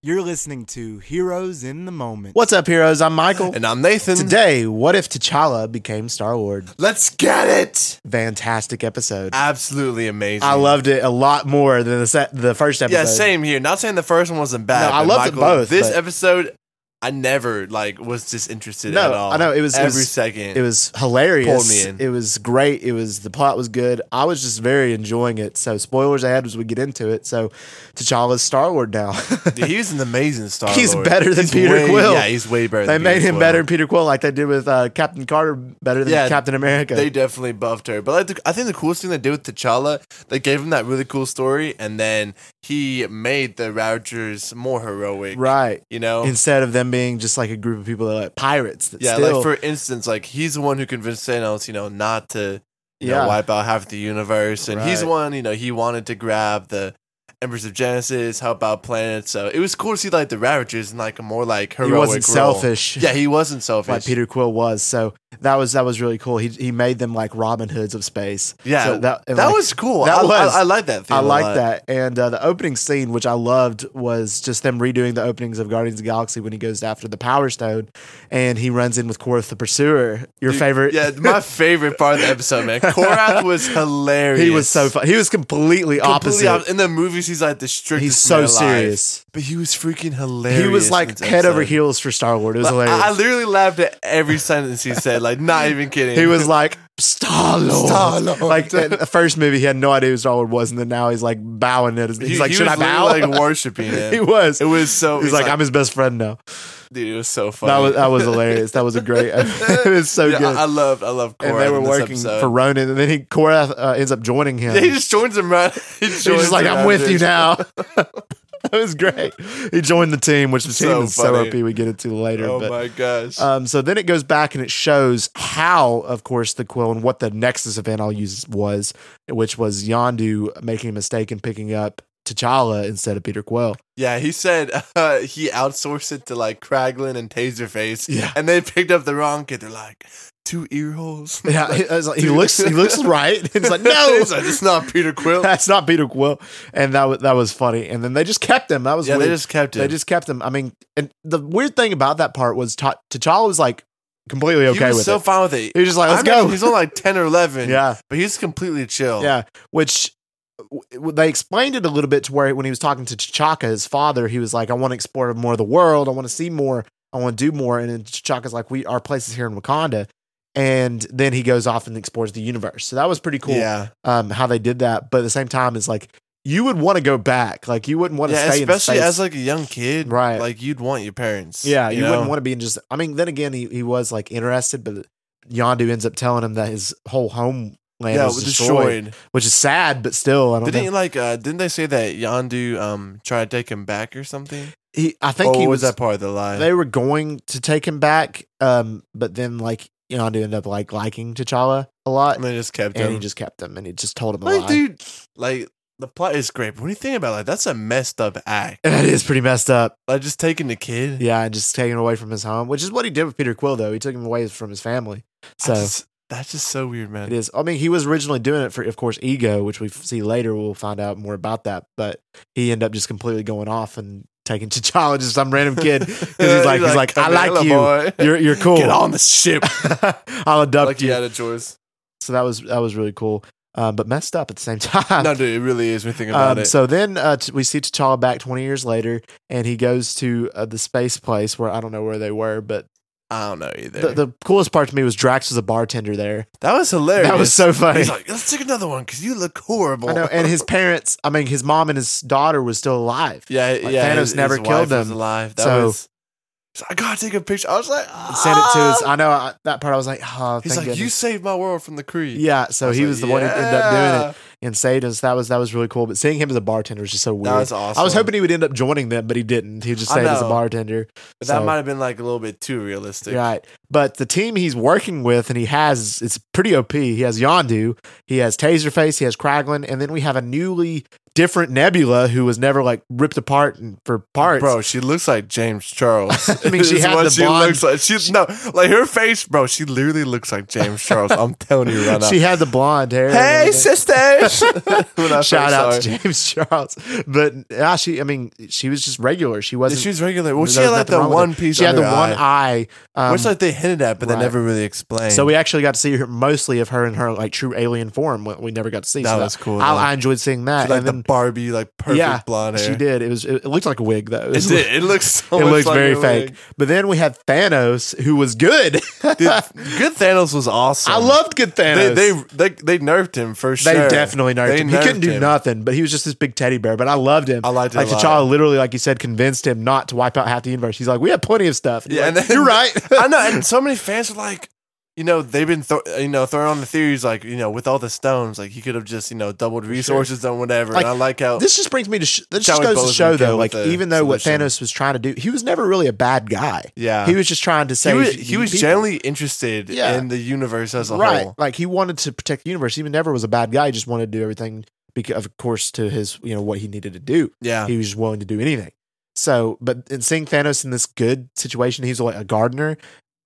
You're listening to Heroes in the Moment. What's up, heroes? I'm Michael. And I'm Nathan. Today, what if T'Challa became Star Lord? Let's get it. Fantastic episode. I, Absolutely amazing. loved it a lot more than the se- the first episode. Yeah, same here. Not saying the first one wasn't bad. No, I but loved it Michael, both, This but- episode, I never like was disinterested No, at all. I know, it was- it every was- second. It was hilarious. Pulled me in. It was great. It was the plot was good. I was just very enjoying it. So spoilers ahead as we get into it. So T'Challa's Star Lord now. Dude, he was an amazing Star. He's better than Peter way- Quill. Yeah, he's way better. they than made Peter him Quill. better than Peter Quill, like they did with uh, Captain Carter, better than Yeah, Captain America. They definitely buffed her. But like the, I think the coolest thing they did with T'Challa, they gave him that really cool story, and then he made the Ravagers more heroic. right. You know. Instead of them being just like a group of people that are like pirates. That Oh. yeah, still, like for instance, like he's the one who convinced Thanos, you know, not to you Yeah. know, wipe out half the universe, and he's the Right. one, you know, he wanted to grab the Empress of Genesis, help out planets. So it was cool to see like the Ravagers in like a more like he heroic. wasn't role. selfish. Yeah, he wasn't selfish. like Peter Quill was. So that was that was really cool. He he made them like Robin Hoods of space. yeah, So that and, that like, was cool. that I, was- I, I like that. Theme I a like lot. that. And uh, the opening scene, which I loved, was just them redoing the openings of Guardians of the Galaxy when he goes after the Power Stone, and he runs in with Korath the Pursuer. Your Dude, favorite? Yeah, my favorite part of the episode, man. Korath was hilarious. he was so fun. He was completely, opposite. Completely op- in the movies, he's like the strictest. He's so man alive. serious. but he was freaking hilarious. He was in like this head over episode. heels for Star Lord. It was Like, hilarious. I, I literally laughed at every sentence he said. Like, not even kidding. he was like Star Lord. Star-Lord. Like in the first movie, he had no idea who Star Lord was, and then now he's like bowing at his. He's He- like, he should I was bow? literally, Like worshiping it. he was. it was so. He's like, I'm his best friend now. dude. It was so funny. That was that was hilarious. That was a great. it was so Yeah, good. I, I loved. I loved. Korath and they were in this working episode. for Ronan, and then he Korath uh, ends up joining him. Yeah, he just joins him right. He joins He's just like, him "I'm with you after. now." that was great. He joined the team, which the So team is so funny. OP. We get into later. Oh but, my gosh. um, so then it goes back and it shows how, of course, the quill and what the Nexus event I'll use was, which was Yondu making a mistake and picking up T'Challa instead of Peter Quill. yeah, he said uh, he outsourced it to like Kraglin and Taserface, Yeah. and they picked up the wrong kid. They're like two ear holes. Yeah, he, I was like, he looks he looks right. It's like no, He's like, it's not Peter Quill. That's not Peter Quill. And that was, that was funny. And then they just kept him. That was yeah, weird. they just kept it. They just kept him. I mean, and the weird thing about that part was Ta- T'Challa was like completely okay he was with so it. fine with it. He was just like, I let's imagine go. He's on like ten or eleven. yeah, but he's completely chill. yeah. Which w- they explained it a little bit to where when he was talking to T'Chaka, his father, he was like, I want to explore more of the world. I want to see more. I want to do more. And then T'Chaka's like, we our place is here in Wakanda. And then he goes off and explores the universe. So that was pretty cool. Yeah, um, how they did that. But at the same time, it's like you would want to go back. Like you wouldn't want to yeah. stay Especially in space. as like a young kid, Right. Like you'd want your parents. yeah, you, wouldn't know? want to be in just. I mean, then again, he, he was like interested, but Yondu ends up telling him that his whole homeland Yeah, was was destroyed, destroyed. which is sad. But still, I don't Didn't know. like uh, didn't they say that Yondu um tried to take him back or something? He, I think Or he was was. Oh, that part of the lie. they were going to take him back, um, but then like Yondu ended up like liking T'Challa a lot, and they just kept and him. he just kept him, and he just told him a like, lie. dude, like the plot is great. But when you think about it, like that's a messed up act. That is pretty messed up. Like just taking the kid. Yeah, and just taking him away from his home, which is what he did with Peter Quill, though. He took him away from his family. I So just- that's just so weird, man. it is. I mean, he was originally doing it for, of course, ego, which we f- see later. We'll find out more about that. But he ended up just completely going off and taking T'Challa, just some random kid. he's like- he's like, "I "Come here, like little you. boy." You're you're cool. Get on the ship. I'll adopt like you. he had a choice. So that was that was really cool, um, but messed up at the same time. No, dude, it really is. When you think about Um, it. So then uh, t- we see T'Challa back 20 years later, and he goes to uh, the space place where I don't know where they were, but I don't know either. the, the coolest part to me was Drax was a bartender there. that was hilarious. That was so funny. He's like, let's take another one because you look horrible. I know, and his parents, I mean, his mom and his daughter was still alive. yeah, yeah. Thanos never killed was him. alive. That So- was. he's like, I gotta take a picture. I was like, And Sent it to his. "Ah." I know I, that part. I was like, oh, He's thank like, you goodness." saved my world from the Kree. Yeah, so I he like, was the one who ended up doing "Yeah." it and saved us. That was that was really cool. But seeing him as a bartender was just so weird. That was awesome. I was hoping he would end up joining them, but he didn't. He just I stayed as a know. bartender. But that so- might have been like a little bit too realistic. Right. But the team he's working with and he has it's pretty OP. He has Yondu, he has Taserface, he has Kraglin, and then we have a newly different Nebula who was never like ripped apart and, for parts. Bro, she looks like James Charles. I mean, she Is had what the blonde- looks like. She, no, like her face, bro. She literally looks like James Charles. I'm telling you right now. she had the blonde hair. and hey, everything. sisters! When I first Shout out saw her. to James Charles. But yeah, she I mean, she was just regular. She wasn't She was regular. Well, she there had was like nothing the wrong with one it. piece. She had the under one eye. um, which like they hinted at, but right. they never really explained. so we actually got to see her, mostly of her in her like true alien form. what We never got to see. That so was cool, I, though. I enjoyed seeing that. She like and the then Barbie, like perfect Yeah, blonde hair. she did. It was. It, it looked like a wig though. It did. It looks so it much looks like very a fake. wig. But then we had Thanos, who was good. Dude, good Thanos was awesome. I loved good They Thanos. they they, they nerfed him for They sure. definitely nerfed They him. He couldn't do nerfed him. nothing, but he was just this big teddy bear. But I loved him. I liked it Like a lot. T'Challa, literally, like you said, convinced him not to wipe out half the universe. He's like, we have plenty of stuff. And Yeah, like, and then- you're right. I know, and so many fans are like, you know, they've been thro- you know throwing on the theories like you know with all the stones, like he could have just you know doubled resources and whatever. Like, and I like how this just brings me to sh- this just Chadwick goes to Boseman show came though, like with the even though what solution. Thanos was trying to do, he was never really a bad guy. yeah He was just trying to he save. was, he you was people. generally interested Yeah. in the universe as a right, whole. like he wanted to protect the universe. He never was a bad guy. He just wanted to do everything because, of course, to his you know what he needed to do. Yeah, he was just willing to do anything. So, but and seeing Thanos in this good situation, he's like a gardener.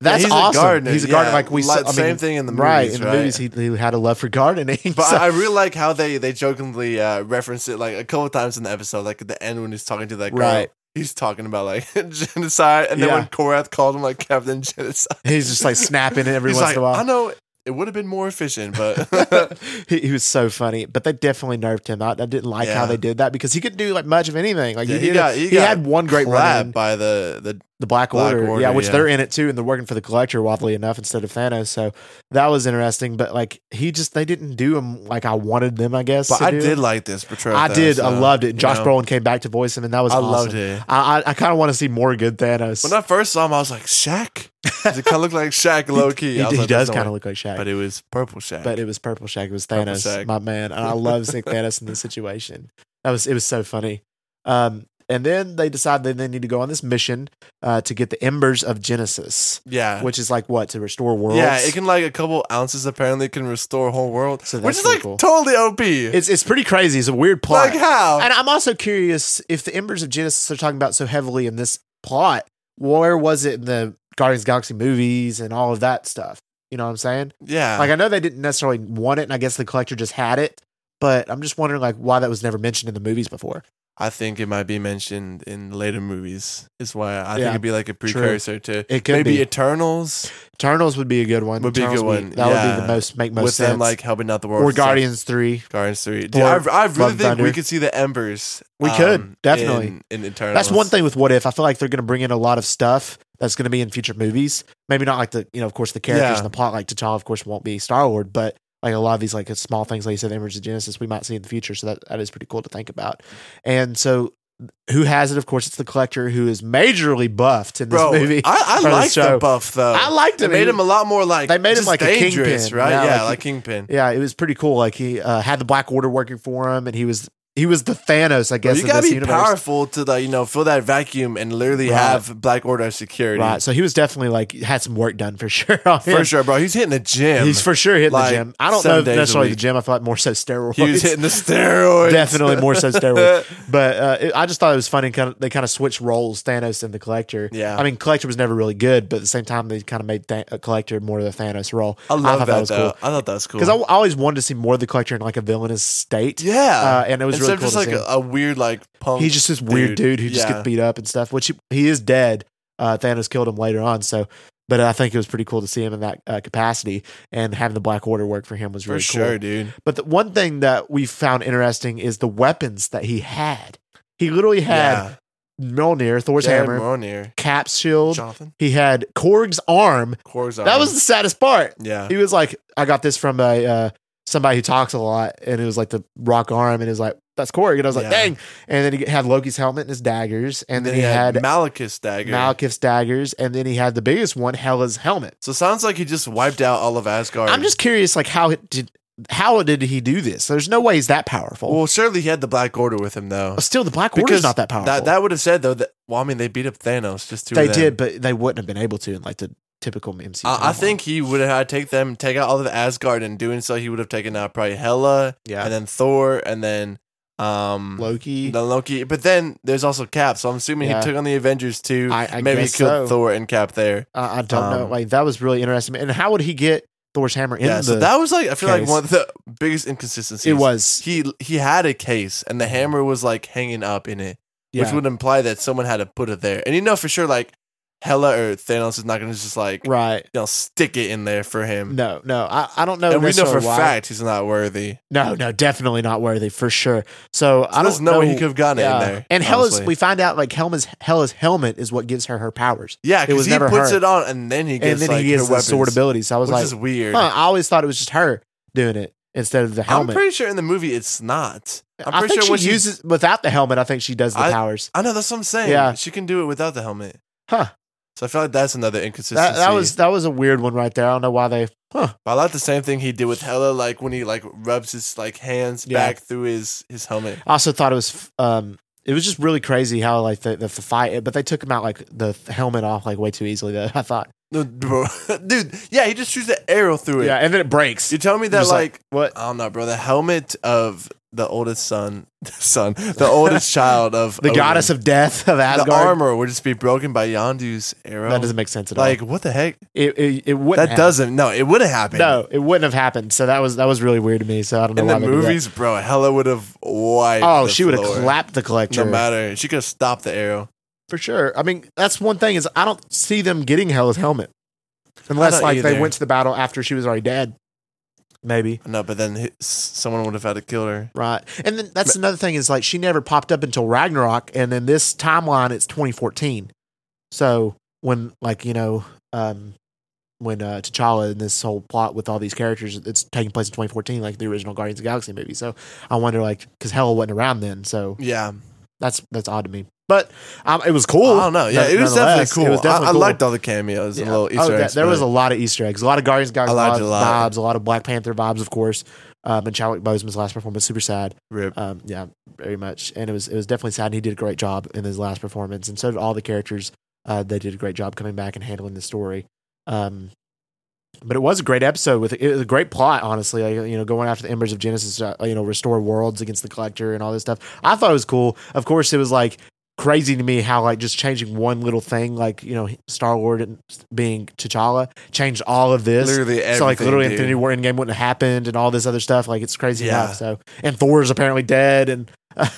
That's he's awesome. A gardener. He's a gardener. yeah. Like we saw, I mean, same thing in the movies, right in the movies, he, he had a love for gardening. But So- I really like how they they jokingly uh, reference it like a couple times in the episode, like at the end when he's talking to that girl. Right. He's talking about like genocide, and then Yeah. when Korath called him like Captain Genocide, he's just like snapping it every he's once like, in a I while. know it would have been more efficient, but he, he was so funny, but they definitely nerfed him. I, I didn't like how Yeah. they did that because he couldn't do like much of anything. Like Yeah, he, he did, got- he, he got had one great lab run, by the the the Black, Black Order, Order, yeah, which yeah. they're in it too, and they're working for the Collector, oddly enough, instead of Thanos. So that was interesting. But like he just they didn't do him like I wanted them. I guess. but to I do. did like this portrayal. I did. I loved it. And Josh you know. Brolin came back to voice him, and that was I awesome. loved it. I I, I kind of want to see more good Thanos. When I first saw him, I was like Shaq. Does it kind of look like Shaq low key? he, he does kind of look like Shaq, but but it, it was purple Shaq. was Purple Shaq. It was Purple Thanos, Shaq. my man. And I love seeing Thanos in this situation. That was it was so funny. Um, and then they decide that they need to go on this mission uh, to get the embers of Genesis, yeah, which is like what to restore worlds. Yeah, it can like a couple ounces apparently can restore a whole world, So which that's is pretty like cool. totally OP. It's it's pretty crazy. It's a weird plot. like how? And I'm also curious if the embers of Genesis are talking about so heavily in this plot, where was it in the Guardians of the Galaxy movies and all of that stuff? You know what I'm saying? yeah, Like I know they didn't necessarily want it, and I guess the collector just had it, but I'm just wondering like why that was never mentioned in the movies before. I think it might be mentioned in later movies. Is why I Yeah. think it'd be like a precursor to It could maybe be. Eternals Eternals would be a good one. Would be a Eternals good one, That would be yeah. the most make most with sense. them like helping out the world. or and stuff. Guardians three. Guardians Three. Dude, Thor, I, I Love really and think Thunder. we could see the embers. um, We could, definitely. in, in Eternals. That's one thing with what if. I feel like they're going to bring in a lot of stuff that's going to be in future movies. Maybe not like the you know of course the characters Yeah. and the plot. Like T'Challa, of course, won't be Star Lord, but like a lot of these like small things, like you said, the Embers of Genesis, we might see in the future. So that, that is pretty cool to think about. And so, who has it? Of course, it's the Collector, who is majorly buffed in this bro. movie. I, or I the liked show. the buff though. I liked They him. made He- him a lot more like They made him just like a dangerous, kingpin. right? Yeah, Yeah, like like, he- kingpin. yeah, it was pretty cool. Like he uh, had the Black Order working for him, and he was he was the Thanos, I Bro, guess. you in gotta this be universe. powerful to like you know fill that vacuum and literally Right. have Black Order as security. right? So he was definitely like had some work done for sure. on For him. sure, bro. He's hitting the gym. He's for sure hitting Like, the gym. I don't seven know if days a necessarily the week. gym. I feel like more so steroids. he was hitting the steroids. Definitely more so steroids. But uh, it, I just thought it was funny. Kind of, they kind of switched roles, Thanos and the Collector. Yeah. I mean, Collector was never really good, but at the same time, they kind of made Th- Collector more of the Thanos role. I love that, was though. cool I thought that was cool. because I, I always wanted to see more of the Collector in like a villainous state. yeah, uh, and it was really instead of cool. just to like see. a, a weird like punk. He's just this weird dude, dude. who just Yeah. gets beat up and stuff, which he, he is dead. Uh, Thanos killed him later on. So, but I think it was pretty cool to see him in that uh, capacity and having the Black Order work for him was for really cool. sure, dude. But the one thing that we found interesting is the weapons that he had. He literally had yeah. Mjolnir, Thor's Jared hammer, Mjolnir. Cap's shield. Jonathan He had Korg's arm. Corazon. That was the saddest part. yeah. He was like, I got this from a uh, somebody who talks a lot, and it was like the rock arm, and it was like, that's Korg. And I was like, Yeah. dang. And then he had Loki's helmet and his daggers, and then, he, had, Malekith's dagger. Malekith's daggers, and then he had the biggest one, Hela's helmet. so it sounds like he just wiped out all of Asgard. I'm just curious, like, how it did. How did he do this? There's no way he's that powerful. well, surely he had the Black Order with him though. But Still, the Black Order's not that powerful. That that would have said though that well, I mean they beat up Thanos just two. they of them. did, but they wouldn't have been able to in like the typical MCU. I, I timeline. think he would have had to take them, take out all of Asgard, and doing so he would have taken out probably Hela yeah, and then Thor and then um, Loki. than Loki. But then there's also Cap, so I'm assuming Yeah. he took on the Avengers too. I, I Maybe he guess killed so. Thor and Cap there. Uh, I don't know. Um, Like that was really interesting. And how would he get Thor's hammer in yeah, the? so that was like I feel like case. one of the biggest inconsistencies. it was. Mm-hmm. he he had a case, and the hammer was like hanging up in it, Yeah. which would imply that someone had to put it there. And you know for sure, like Hela or Thanos is not going to just like right. you know stick it in there for him. No, no. I, I don't know. and we know for necessarily a why. fact he's not worthy. No, no. Definitely not worthy for sure. So, So I there's don't no know way he could have gotten it in there. And Hela's, honestly. we find out like Helma's Hela's helmet is what gives her her powers, yeah, was because he never puts her. it on and then he and gets then like he her gets the weapons, sword ability. So I was which like, is weird. huh, I always thought it was just her doing it instead of the I'm helmet. pretty sure in the movie it's not. I'm I pretty think sure when she uses without the helmet. I think she does the I- powers. I know that's what I'm saying. Yeah. she can do it without the helmet. Huh. So I feel like that's another inconsistency. That, that was that was a weird one right there. I don't know why they. Huh. But I like the same thing he did with Hella, like when he like rubs his like hands Yeah. back through his his helmet. I also thought it was. Um, it was just really crazy how like the, the, the fight, but they took him out like the helmet off like way too easily. Though I thought. No, bro, dude, yeah, he just shoots the arrow through it. Yeah, and then it breaks. You tell me that Just like, uh, like, what? I don't know, bro, the helmet of the oldest son, son, the oldest child of The Odin, goddess of death of Asgard. oh, the armor would just be broken by Yondu's arrow. That doesn't make sense at like all. what the heck? It it, it wouldn't. That happen. doesn't. No, it wouldn't happen. No, it wouldn't have happened. So that was that was really weird to me. So I don't know in why the they did that. movies, bro, Hella would have wiped. Oh, the she would have floor. clapped the collector No matter, she could have stopped the arrow. for sure. I mean, that's one thing is I don't see them getting Hela's helmet unless don't like they either. went to the battle after she was already dead. Maybe No, but then hi- s- someone would have had to kill her. right, and then that's another thing is like she never popped up until Ragnarok, and in this timeline it's 2014. So when like you know um when uh, T'Challa and this whole plot with all these characters, it's taking place in 2014, like the original Guardians of the Galaxy movie. So I wonder like because Hela wasn't around then, so Yeah, That's that's odd to me. But um, it was cool. I don't know. Yeah, No- it was definitely nonetheless, cool. It was definitely I, I cool. liked all the cameos and Yeah. little Easter oh, eggs. there, there was a but- lot of Easter eggs, a lot of Guardians got I a liked lot it of a lot. vibes, a lot of Black Panther vibes, of course. Um, and Chadwick Boseman's last performance, super sad. rip. Um, yeah, very much. And it was it was definitely sad. And he did a great job in his last performance, and so did all the characters. Uh, they did a great job coming back and handling the story. Um, but it was a great episode with it was a great plot, honestly. Like, you know, going after the embers of Genesis, uh, you know, restore worlds against the Collector and all this stuff. I thought it was cool. Of course, it was like crazy to me how like just changing one little thing, like you know, Star Lord being T'Challa, changed all of this. Literally everything. So like literally dude. Infinity War Endgame wouldn't have happened and all this other stuff. Like it's crazy Yeah. enough. So and Thor's apparently dead and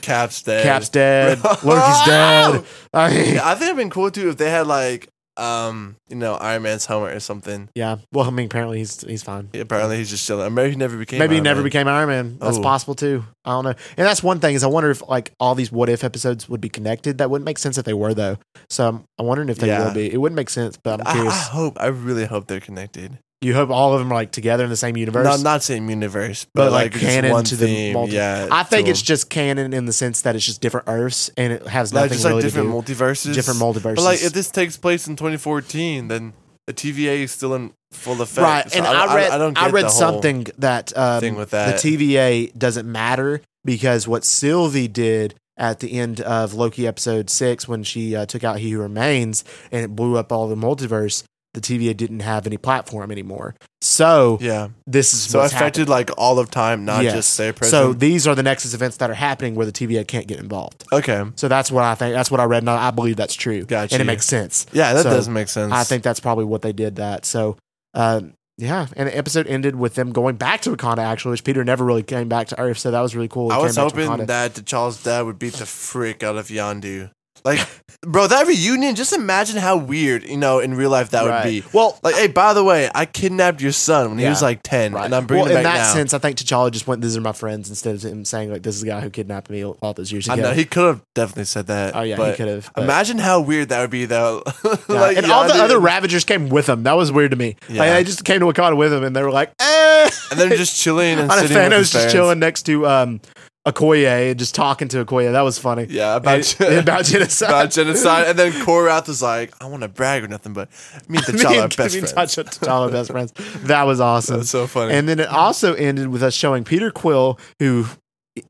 Cap's dead. Cap's dead, Loki's dead. I mean, yeah. Yeah, I think it'd been cool too if they had like um you know Iron Man's helmet or something. Well, I mean apparently he's he's fine. Yeah, apparently he's just chilling. Or Maybe he never became. Maybe he Iron never Man. became Iron Man. That's Oh. possible too. I don't know. And that's one thing is I wonder if like all these what if episodes would be connected. That wouldn't make sense if they were though. So I'm, I'm wondering if they Yeah. Ah, will be. It wouldn't make sense, but I'm I, I curious. hope. I really hope they're connected. you hope all of them are like together in the same universe. No, not same universe, but, But, like, like, just canon one to the theme. multi- yeah, I think to it's just canon in the sense that it's just different Earths and it has like nothing just like really different to do. multiverses, different multiverses. But like, if this takes place in 2014, then the TVA is still in full effect. Right, So and don't- I, read I, don't get the read whole something that, um, thing with that. the TVA doesn't matter because what Sylvie did at the end of Loki episode six when she uh, took out He Who Remains and it blew up all the multiverse, the TVA didn't have any platform anymore. So yeah, this is so what's affected like all of time, not Yes. just their happening. So present. these are the Nexus events that are happening where the TVA can't get involved. So okay, So that's what I think. That's what I read, and I I believe that's true. Gotcha. And it makes sense. yeah, that So, does make sense. I think that's probably what they did that. So, um, yeah. And the episode ended with them going back to Wakanda, actually, which Peter never really came back to Earth. So that was really cool. He I came was back to hoping Wakanda. that the Charles dad would beat the frick out of Yandu. Like, bro, that reunion. Just imagine how weird, you know, in real life that Right. would be. Well, Like, hey, by the way, I kidnapped your son when he Yeah. was like ten, right. and I'm bringing well, him in back that now. sense, I think T'Challa just went, these are my friends, instead of him saying, like, this is the guy who kidnapped me all those years ago. I know he could have definitely said that. oh, yeah, but he could have. but- Imagine how weird that would be, though. Yeah. Like, and all the Yandu- other Ravagers came with him. That was weird to me. Like, Yeah. they just came to Wakanda with him, and they were like, eh. and then just chilling and I know sitting with his Thanos just parents. chilling next to um, Okoye and just talking to Okoye. That was funny. Yeah, about, And- about genocide. about genocide. And then Korath was like, "I want to brag or nothing, but me and Me T'Challa are and- best me and friends." T'Challa- T'Challa are best friends. That was awesome. That's so funny. And then it also ended with us showing Peter Quill, who,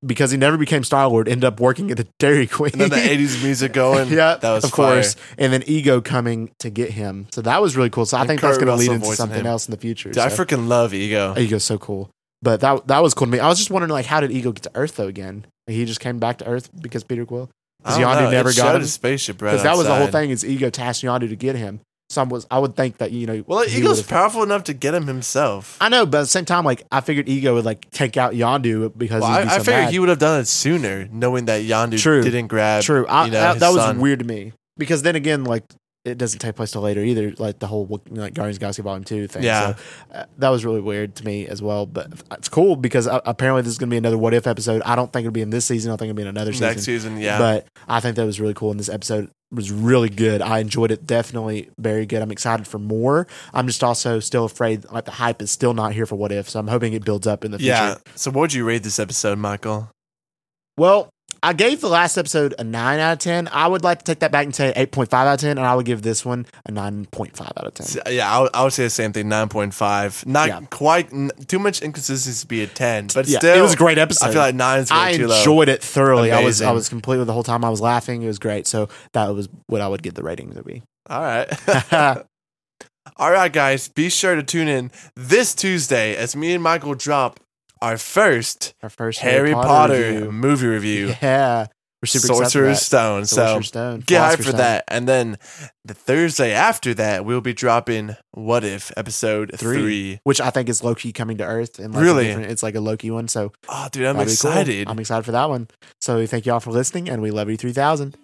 because he never became Star Lord, ended up working at the Dairy Queen. And then the '80s music going. yeah, that was of fire. course. And then Ego coming to get him. So that was really cool. So I And think Kurt that's going to lead Russell into voicing something him. else in the future. Dude, I so. freaking love Ego. Ego's so cool. But that that was cool to me. I was just wondering like how did Ego get to Earth though again? Like, he just came back to Earth because Peter Quill. I don't Yondu know, never it got showed him? a spaceship right Because that was the whole outside. thing is Ego tasked Yondu to get him. So I was I would think that you know Well, like, he Ego's would've- powerful enough to get him himself. I know, but at the same time, like I figured Ego would like take out Yondu because Well, he'd I, be I so figured mad. he would have done it sooner, knowing that Yandu True. didn't grab. True. I, you know, that, his that was son. weird to me because then again, like it doesn't take place till later either. Like the whole like Guardians of the Galaxy Volume Two thing. Yeah. So, uh, that was really weird to me as well. But it's cool because uh, apparently this is gonna be another What If episode. I don't think it'll be in this season. I think it'll be in another season. Next season, yeah. But I think that was really cool, and this episode was really good. I enjoyed it, definitely very good. I'm excited for more. I'm just also still afraid like the hype is still not here for What If, so I'm hoping it builds up in the future. yeah. So, what would you rate this episode, Michael? Well, I gave the last episode a 9 out of 10. I would like to take that back and say 8.5 out of 10, and I would give this one a 9.5 out of 10. S- Yeah, I would, I would say the same thing. Nine point five. Not Yeah. quite. N- too much inconsistency to be a ten, but Yeah, still, it was a great episode. I feel like nine is way I too low. enjoyed it thoroughly. I was I Amazing. was completely the whole time I was laughing. It was great. So that was what I would give the rating to be. All right. All right, guys, be sure to tune in this Tuesday as me and Michael drop our first Our first Harry Potter, review. movie review, Yeah. We're super Sorcerer's excited for Stone. that. So Sorcerer's Stone. get hyped Philosopher's for Stone. that. And then the Thursday after that, we'll be dropping What If episode Three. three. Which I think is Loki coming to Earth. And like a Really? different- It's like a Loki one. So Oh, dude, I'm that'd be cool. excited. I'm excited for that one. So thank you all for listening, and we love you 3000.